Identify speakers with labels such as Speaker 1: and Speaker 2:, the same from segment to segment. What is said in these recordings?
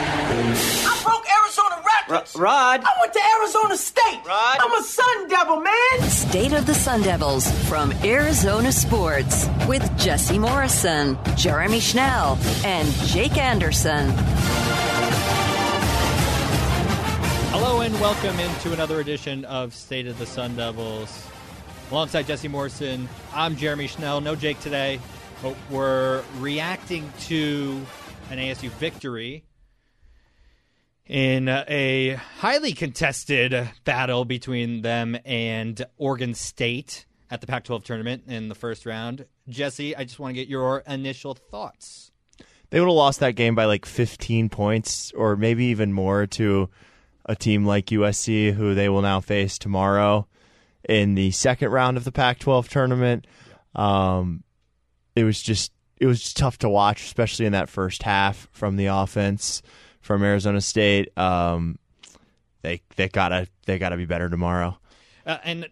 Speaker 1: I broke Arizona records.
Speaker 2: R- Rod.
Speaker 1: I went to Arizona State.
Speaker 2: Rod.
Speaker 1: I'm a Sun Devil, man.
Speaker 3: State of the Sun Devils from Arizona Sports with Jesse Morrison, Jeremy Schnell, and Jake Anderson.
Speaker 4: Hello and welcome into another edition of State of the Sun Devils. Alongside Jesse Morrison, I'm Jeremy Schnell. No Jake today, but we're reacting to an ASU victory in a highly contested battle between them and Oregon State at the Pac 12 tournament in the first round. Jesse, I just want to get your initial thoughts.
Speaker 5: they would have lost that game by like 15 points or maybe even more to a team like USC, who they will now face tomorrow in the second round of the Pac 12 tournament. Um, it was just. It was just tough to watch, especially in that first half from the offense from Arizona State. Um, they they gotta they gotta be better tomorrow.
Speaker 4: Uh, and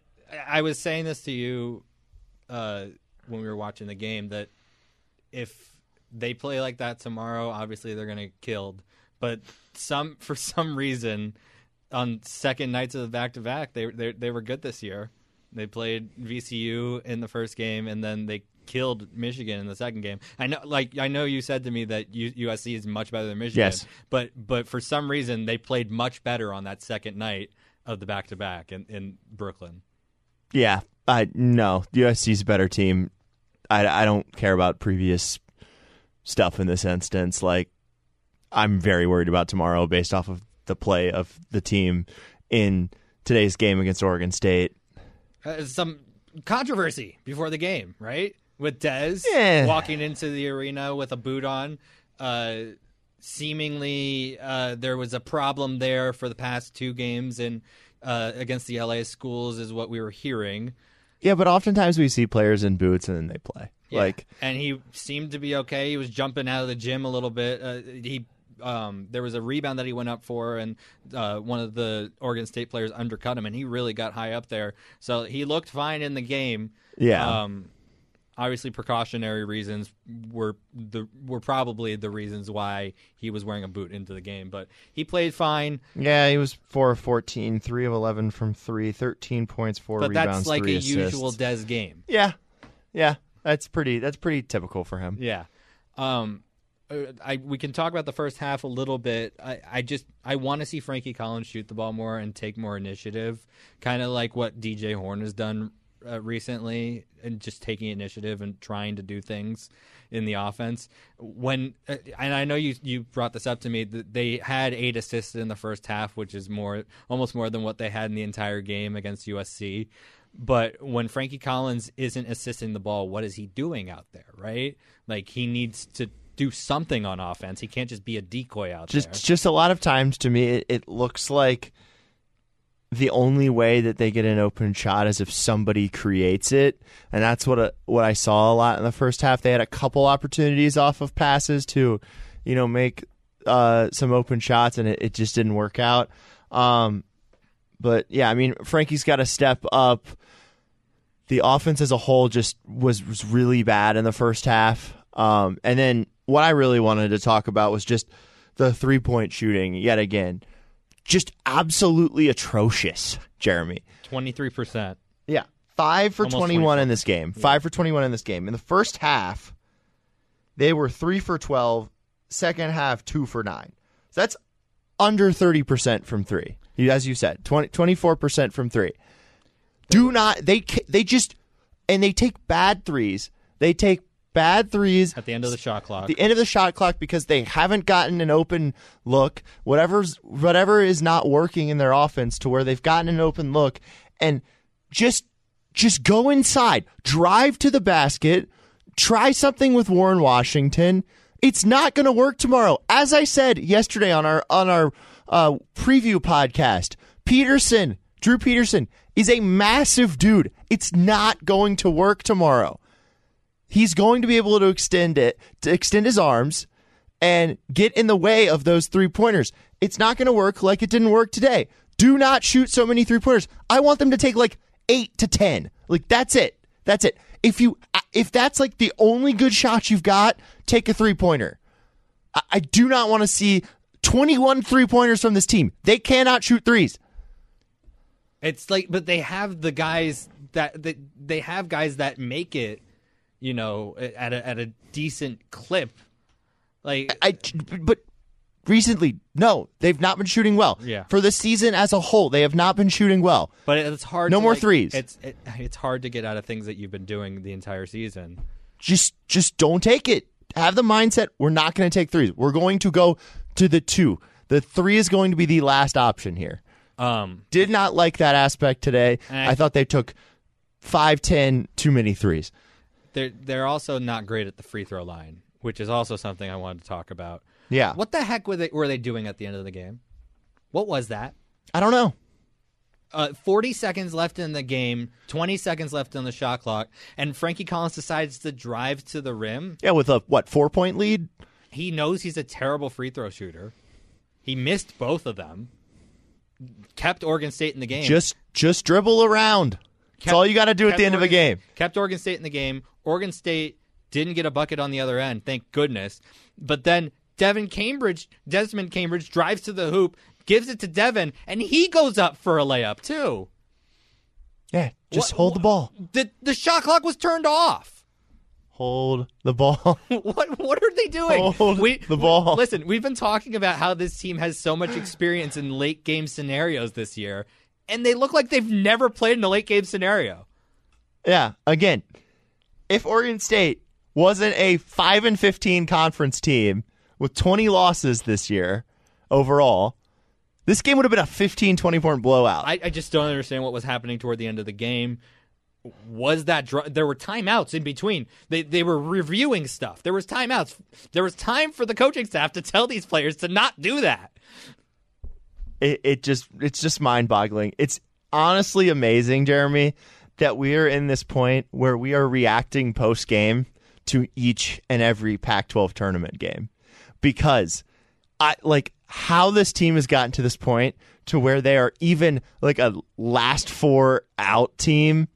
Speaker 4: I was saying this to you uh, when we were watching the game that if they play like that tomorrow, obviously they're going to get killed. But some for some reason, on second nights of the back to back, they they they were good this year. They played VCU in the first game, and then they killed Michigan in the second game. I know, like I know you said to me that U- USC is much better than Michigan.
Speaker 5: Yes.
Speaker 4: but but for some reason they played much better on that second night of the back to back in in Brooklyn.
Speaker 5: Yeah, I no USC's a better team. I, I don't care about previous stuff in this instance. Like I'm very worried about tomorrow based off of the play of the team in today's game against Oregon State.
Speaker 4: uh, some controversy before the game, right? With Dez
Speaker 5: Yeah.
Speaker 4: walking into the arena with a boot on. Uh, seemingly, uh, there was a problem there for the past two games and uh, against the LA schools, is what we were hearing.
Speaker 5: Yeah, but oftentimes we see players in boots and then they play.
Speaker 4: Yeah.
Speaker 5: Like
Speaker 4: and he seemed to be okay. He was jumping out of the gym a little bit. Uh, he um, there was a rebound that he went up for, and uh, one of the Oregon State players undercut him, and he really got high up there. So he looked fine in the game.
Speaker 5: Yeah.
Speaker 4: Um, obviously, precautionary reasons were the were probably the reasons why he was wearing a boot into the game, but he played fine.
Speaker 5: yeah, he was 4 of 14, 3 of 11 from 3, 13 points, 4
Speaker 4: But
Speaker 5: rebounds,
Speaker 4: that's like a
Speaker 5: 3 assists.
Speaker 4: usual Dez game.
Speaker 5: yeah. Yeah. That's pretty that's pretty typical for him.
Speaker 4: Yeah. Um, uh, I we can talk about the first half a little bit. I, I just I want to see Frankie Collins shoot the ball more and take more initiative, kind of like what DJ Horn has done uh, recently, and just taking initiative and trying to do things in the offense. When uh, and I know you you brought this up to me that they had eight assists in the first half, which is more almost more than what they had in the entire game against USC. But when Frankie Collins isn't assisting the ball, what is he doing out there, right? Like he needs to do something on offense. He can't just be a decoy out
Speaker 5: just
Speaker 4: there.
Speaker 5: just a lot of times to me it, it looks like the only way that they get an open shot is if somebody creates it and that's what a, what I saw a lot in the first half they had a couple opportunities off of passes to you know make uh, some open shots and it, it just didn't work out um, but yeah I mean Frankie's got to step up the offense as a whole just was, was really bad in the first half. Um, and then what I really wanted to talk about was just the three point shooting yet again. Just absolutely atrocious, Jeremy.
Speaker 4: Twenty three percent.
Speaker 5: Yeah. Five for
Speaker 4: Almost
Speaker 5: 21 in this game. Five for 21 in this game. In the first half, they were three for 12. Second half, two for nine. So that's under 30% from three. You- As you said, 20, 24% from three. Do not, they, ca- they just, and they take bad threes. They take bad threes
Speaker 4: At the end of the shot clock.
Speaker 5: the end of the shot clock because they haven't gotten an open look. Whatever's whatever is not working in their offense to where they've gotten an open look and just just go inside, drive to the basket, try something with Warren Washington. It's not going to work tomorrow. As I said yesterday on our on our uh, preview podcast, Peterson, Drew Peterson is a massive dude. It's not going to work tomorrow he's going to be able to extend it to extend his arms and get in the way of those three pointers. It's not going to work like it didn't work today. Do not shoot so many three pointers. I want them to take like 8 to 10. Like that's it. That's it. If you if that's like the only good shot you've got, take a three pointer. I, I do not want to see 21 three pointers from this team. They cannot shoot threes.
Speaker 4: It's like, but they have the guys that that they have guys that make it, you know, at a at a decent clip. Like
Speaker 5: I but recently, no, they've not been shooting well.
Speaker 4: Yeah.
Speaker 5: For the season as a whole, they have not been shooting well.
Speaker 4: But it's hard.
Speaker 5: No
Speaker 4: to,
Speaker 5: more
Speaker 4: like-
Speaker 5: threes.
Speaker 4: It's it, it's hard to get out of things that you've been doing the entire season.
Speaker 5: Just just don't take it. Have the mindset we're not going to take threes. We're going to go to the two. The three is going to be the last option here.
Speaker 4: Um,
Speaker 5: Did not like that aspect today.
Speaker 4: I-
Speaker 5: I thought they took five, ten too many threes.
Speaker 4: they're they're also not great at the free throw line, which is also something I wanted to talk about.
Speaker 5: Yeah.
Speaker 4: What the heck were they were they doing at the end of the game? What was that?
Speaker 5: I don't know.
Speaker 4: Uh, 40 seconds left in the game, 20 seconds left on the shot clock, and Frankie Collins decides to drive to the rim.
Speaker 5: Yeah, with a what four point lead?
Speaker 4: He knows he's a terrible free throw shooter. He missed both of them. Kept Oregon State in the game.
Speaker 5: Just just dribble around. That's all you got to do at
Speaker 4: kept
Speaker 5: the end of a
Speaker 4: Oregon-
Speaker 5: game.
Speaker 4: Kept Oregon State in the game. Oregon State didn't get a bucket on the other end, thank goodness. But then Devin Cambridge, Desmond Cambridge, drives to the hoop, gives it to Devin, and he goes up for a layup too.
Speaker 5: Yeah, just
Speaker 4: What-
Speaker 5: hold the ball.
Speaker 4: The the shot clock was turned off.
Speaker 5: Hold the ball.
Speaker 4: What what are they doing?
Speaker 5: Hold the ball.
Speaker 4: listen, we've been talking about how this team has so much experience in late game scenarios this year, and they look like they've never played in a late game scenario.
Speaker 5: yeah, again, if Oregon State wasn't a 5 and 15 conference team with 20 losses this year overall, this game would have been a 15-20 point blowout.
Speaker 4: I, I just don't understand what was happening toward the end of the game. Was that dr- there were timeouts in between? They they were reviewing stuff. There was timeouts. There was time for the coaching staff to tell these players to not do that.
Speaker 5: it, it just it's just mind-boggling. It's honestly amazing, Jeremy, that we are in this point where we are reacting post-game to each and every Pac-12 tournament game because I like how this team has gotten to this point to where they are even like a last four out team.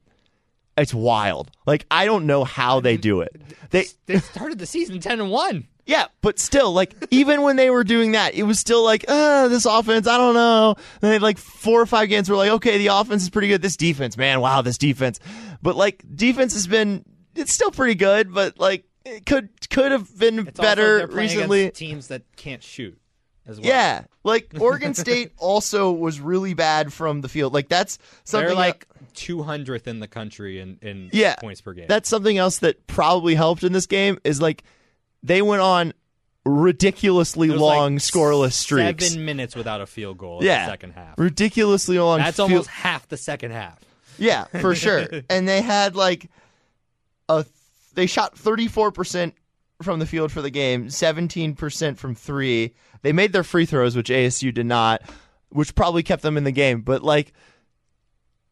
Speaker 5: It's wild. Like I don't know how they do it. They
Speaker 4: They started the season ten and one.
Speaker 5: yeah, but still, like even when they were doing that, it was still like, uh, this offense, I don't know. And they had like four or five games were like, okay, the offense is pretty good. This defense, man, wow, this defense. But like defense has been, it's still pretty good, but like it could could have been
Speaker 4: It's also
Speaker 5: better
Speaker 4: they're playing against
Speaker 5: recently.
Speaker 4: Teams that can't shoot as well.
Speaker 5: Yeah, like Oregon State also was really bad from the field. Like that's something
Speaker 4: they're
Speaker 5: that-
Speaker 4: like two hundredth in the country in in
Speaker 5: yeah,
Speaker 4: points per game.
Speaker 5: That's something else that probably helped in this game is like they went on ridiculously
Speaker 4: It was like
Speaker 5: long scoreless streaks.
Speaker 4: Seven minutes without a field goal in
Speaker 5: yeah,
Speaker 4: the second half.
Speaker 5: ridiculously long.
Speaker 4: That's
Speaker 5: field-
Speaker 4: almost half the second half.
Speaker 5: yeah, for sure. and they had like a they shot thirty four percent from the field for the game, seventeen percent from three. They made their free throws, which ASU did not, which probably kept them in the game. But like,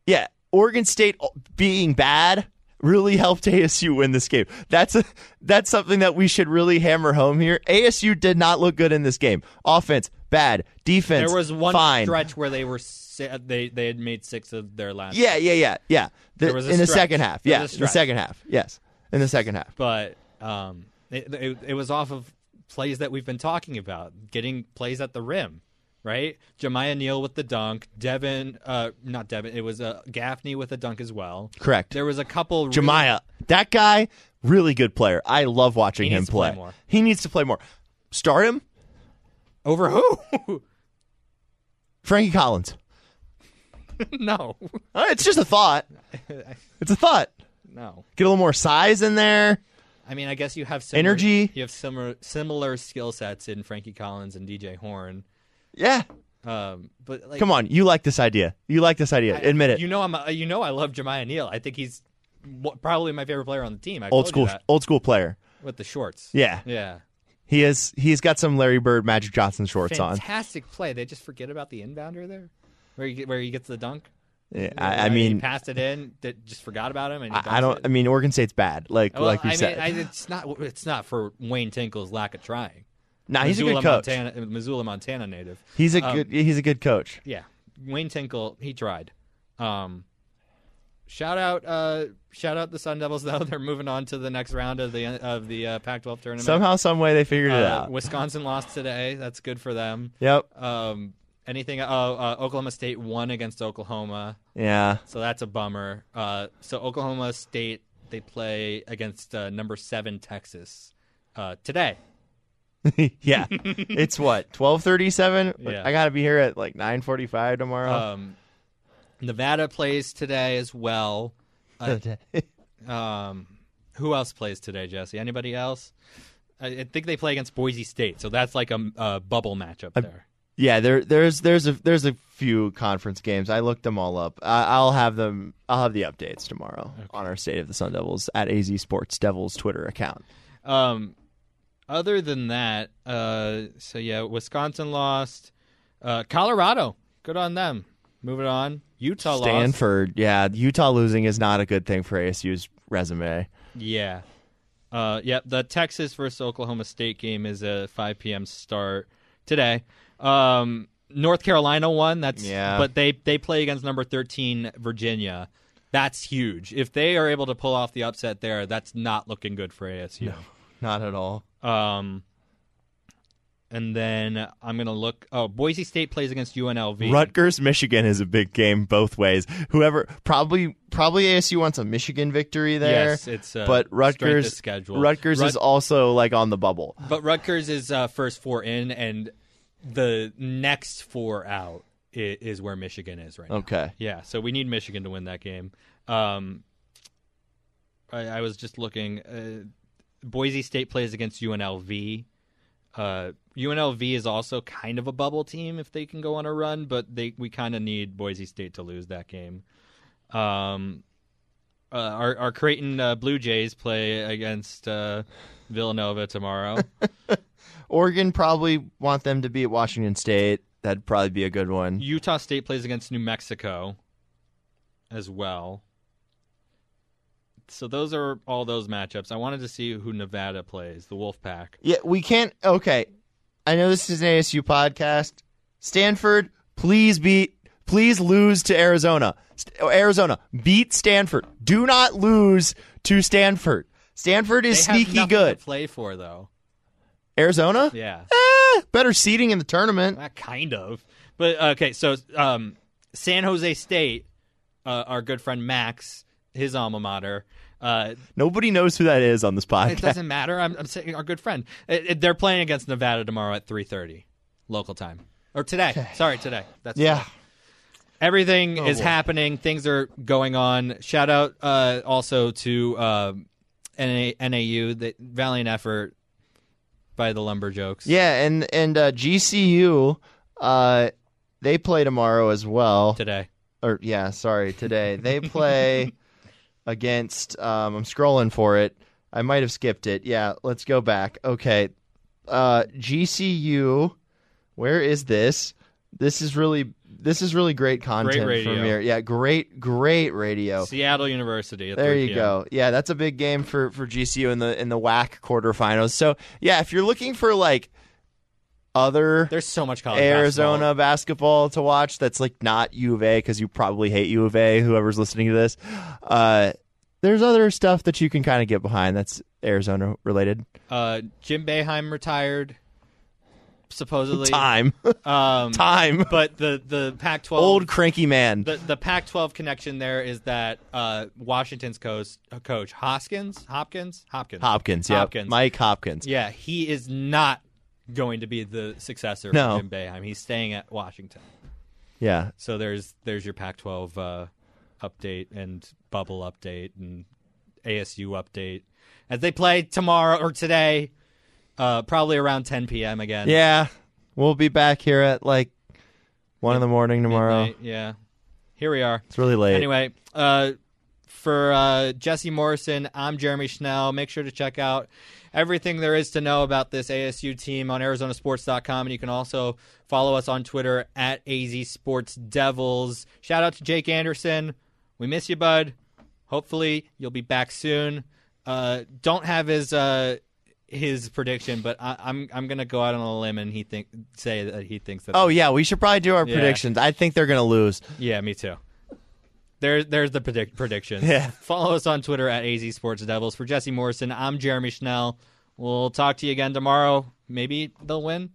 Speaker 5: yeah, Oregon State being bad really helped ASU win this game. That's a, that's something that we should really hammer home here. ASU did not look good in this game. Offense bad, defense
Speaker 4: There was one
Speaker 5: fine.
Speaker 4: stretch where they were si- they they had made six of their last.
Speaker 5: Yeah, yeah, yeah, yeah. The-
Speaker 4: There was a
Speaker 5: in the
Speaker 4: stretch.
Speaker 5: second half.
Speaker 4: There
Speaker 5: Yeah,
Speaker 4: was a
Speaker 5: in the
Speaker 4: stretch.
Speaker 5: second half. Yes, in the second half.
Speaker 4: but um, it, it it was off of plays that we've been talking about, getting plays at the rim, right? Jemiah Neal with the dunk, Devin, uh, not Devin, it was uh, Gaffney with a dunk as well.
Speaker 5: Correct.
Speaker 4: There was a couple. really-
Speaker 5: Jemiah, that guy, really good player. I love watching
Speaker 4: He
Speaker 5: him
Speaker 4: needs to play more.
Speaker 5: He needs to play more. Start him,
Speaker 4: over who?
Speaker 5: Frankie Collins.
Speaker 4: no,
Speaker 5: Uh, It's just a thought. It's a thought.
Speaker 4: no.
Speaker 5: Get a little more size in there.
Speaker 4: I mean, I guess you have similar,
Speaker 5: Energy.
Speaker 4: You have similar similar skill sets in Frankie Collins and DJ Horn.
Speaker 5: Yeah.
Speaker 4: Um, but like,
Speaker 5: Come on, you like this idea. You like this idea. Admit it.
Speaker 4: You know I'm a, you know I love Jemiah Neal. I think he's wa- probably my favorite player on the team. I
Speaker 5: old
Speaker 4: told
Speaker 5: school,
Speaker 4: you that,
Speaker 5: old school player.
Speaker 4: with the shorts.
Speaker 5: Yeah.
Speaker 4: yeah.
Speaker 5: He is. He's got some Larry Bird, Magic Johnson shorts on.
Speaker 4: Fantastic play. They just forget about the inbounder there, where he get- where he gets the dunk.
Speaker 5: Yeah, I, I
Speaker 4: And he
Speaker 5: mean,
Speaker 4: passed it in. That just forgot about him. And he
Speaker 5: I, I
Speaker 4: dunks
Speaker 5: don't.
Speaker 4: it.
Speaker 5: I mean, Oregon State's bad. Like,
Speaker 4: Well,
Speaker 5: like we
Speaker 4: I mean,
Speaker 5: said.
Speaker 4: I, it's not it's not for Wayne Tinkle's lack of trying.
Speaker 5: Nah, he's
Speaker 4: Missoula,
Speaker 5: a good coach.
Speaker 4: Montana, Missoula, Montana native.
Speaker 5: He's a good. He's a good coach.
Speaker 4: yeah, Wayne Tinkle, he tried. Um, Shout out, uh, shout out the Sun Devils though. They're moving on to the next round of the of the uh, Pac-12 tournament.
Speaker 5: Somehow, some way, they figured it
Speaker 4: Uh,
Speaker 5: out.
Speaker 4: Wisconsin lost today. That's good for them.
Speaker 5: yep.
Speaker 4: Um, anything? Oh, uh, Oklahoma State won against Oklahoma,
Speaker 5: Yeah.
Speaker 4: so that's a bummer. Uh, so Oklahoma State they play against uh, number seven Texas uh, today.
Speaker 5: yeah. It's what twelve thirty-seven.
Speaker 4: Yeah.
Speaker 5: I gotta be here at like nine forty-five tomorrow.
Speaker 4: Um, Nevada plays today as well. Uh, um, who else plays today, Jesse? Anybody else? I, I think they play against Boise State, so that's like a, a bubble matchup there.
Speaker 5: yeah. There, there's, there's a, there's a few conference games. I looked them all up. I, I'll have them. I'll have the updates tomorrow on our State of the Sun Devils at AZ Sports Devils Twitter account.
Speaker 4: Um, other than that, uh, so yeah, Wisconsin lost. Uh, Colorado, good on them. Moving on, Utah lost.
Speaker 5: Stanford. Yeah. Utah losing is not a good thing for ASU's resume.
Speaker 4: Yeah. Uh, yeah, the Texas versus Oklahoma State game is a 5 p.m. start today. Um, North Carolina won. That's
Speaker 5: Yeah.
Speaker 4: but they they play against number 13 Virginia. That's huge. If they are able to pull off the upset there, that's not looking good for ASU.
Speaker 5: Not at all.
Speaker 4: Um, and then I'm gonna look. Oh, Boise State plays against UNLV.
Speaker 5: Rutgers, Michigan is a big game both ways. Whoever probably probably ASU wants a Michigan victory there.
Speaker 4: Yes, it's, uh,
Speaker 5: but
Speaker 4: strength of
Speaker 5: Rutgers
Speaker 4: schedule.
Speaker 5: Rutgers
Speaker 4: Rut-
Speaker 5: is also like on the bubble.
Speaker 4: But Rutgers is uh, first four in, and the next four out is, is where Michigan is right now.
Speaker 5: Okay.
Speaker 4: Yeah, so we need Michigan to win that game. Um, I, I was just looking. Uh, Boise State plays against UNLV. Uh, UNLV is also kind of a bubble team if they can go on a run, but they we kind of need Boise State to lose that game. Um, uh, our our Creighton uh, Blue Jays play against uh, Villanova tomorrow.
Speaker 5: Oregon probably want them to be at Washington State. That'd probably be a good one.
Speaker 4: Utah State plays against New Mexico as well. So those are all those matchups. I wanted to see who Nevada plays, the Wolfpack.
Speaker 5: Yeah, we can't okay. I know this is an ASU podcast. Stanford, please beat please lose to Arizona. St- Arizona, beat Stanford. Do not lose to Stanford. Stanford
Speaker 4: They
Speaker 5: is
Speaker 4: have
Speaker 5: sneaky
Speaker 4: nothing to
Speaker 5: good.
Speaker 4: play for though.
Speaker 5: Arizona?
Speaker 4: Yeah.
Speaker 5: Eh, better seating in the tournament.
Speaker 4: Not kind of. But okay, so um, San Jose State, uh, our good friend Max, his alma mater, uh,
Speaker 5: Nobody knows who that is on this
Speaker 4: it
Speaker 5: podcast.
Speaker 4: doesn't matter. I'm, I'm saying our good friend. It, it- they're playing against Nevada tomorrow at 3:30 local time or today. Sorry, today. That's
Speaker 5: Yeah. Oh,
Speaker 4: everything is happening. Things are going on. Shout out uh, also to uh, NA- NAU, the valiant effort by the Lumberjokes.
Speaker 5: Yeah, and and uh, GCU uh they play tomorrow as well.
Speaker 4: today.
Speaker 5: Or yeah, sorry, today. They play against um I'm scrolling for it. I might have skipped it. Yeah, let's go back. Okay. Uh GCU where is this? This is really this is really great content
Speaker 4: radio.
Speaker 5: from here. Yeah, great great radio.
Speaker 4: Seattle University. At
Speaker 5: There
Speaker 4: 3
Speaker 5: you
Speaker 4: p.m.
Speaker 5: go. Yeah, that's a big game for for GCU in the in the WAC quarterfinals. So yeah, if you're looking for like other
Speaker 4: There's so much college
Speaker 5: Arizona basketball. to watch, that's like not U of A because you probably hate U of A. Whoever's listening to this, uh, there's other stuff that you can kind of get behind that's Arizona related.
Speaker 4: basketball. Uh, Jim Beheim retired, supposedly.
Speaker 5: Time,
Speaker 4: Um,
Speaker 5: time,
Speaker 4: But the the Pac-12
Speaker 5: old cranky man.
Speaker 4: the the Pac-12 connection there is that uh, Washington's coach, coach Hoskins, Hopkins, Hopkins,
Speaker 5: Hopkins, yeah,
Speaker 4: Hopkins.
Speaker 5: Mike Hopkins.
Speaker 4: Yeah, he is not going to be the successor
Speaker 5: No.
Speaker 4: for Jim Boeheim. He's staying at Washington.
Speaker 5: yeah,
Speaker 4: So there's there's your Pac-12 uh, update and bubble update and ASU update as they play tomorrow or today, uh, probably around 10 p.m. again.
Speaker 5: yeah. We'll be back here at like one in the morning tomorrow.
Speaker 4: Midnight, yeah. Here we are.
Speaker 5: It's really late.
Speaker 4: Anyway, uh, for uh, Jesse Morrison, I'm Jeremy Schnell. Make sure to check out everything there is to know about this ASU team on ArizonaSports.com. And you can also follow us on Twitter at AZ Sports Devils. Shout out to Jake Anderson. We miss you, bud. Hopefully, you'll be back soon. Uh, don't have his. Uh, his prediction, but I, I'm I'm gonna go out on a limb and he think say that he thinks that.
Speaker 5: Oh yeah, we should probably do our
Speaker 4: Yeah.
Speaker 5: predictions. I think they're gonna lose.
Speaker 4: yeah, me too. There's there's the predict- prediction.
Speaker 5: Yeah.
Speaker 4: Follow us on Twitter at AZ Sports Devils. For Jesse Morrison, I'm Jeremy Schnell. We'll talk to you again tomorrow. Maybe they'll win.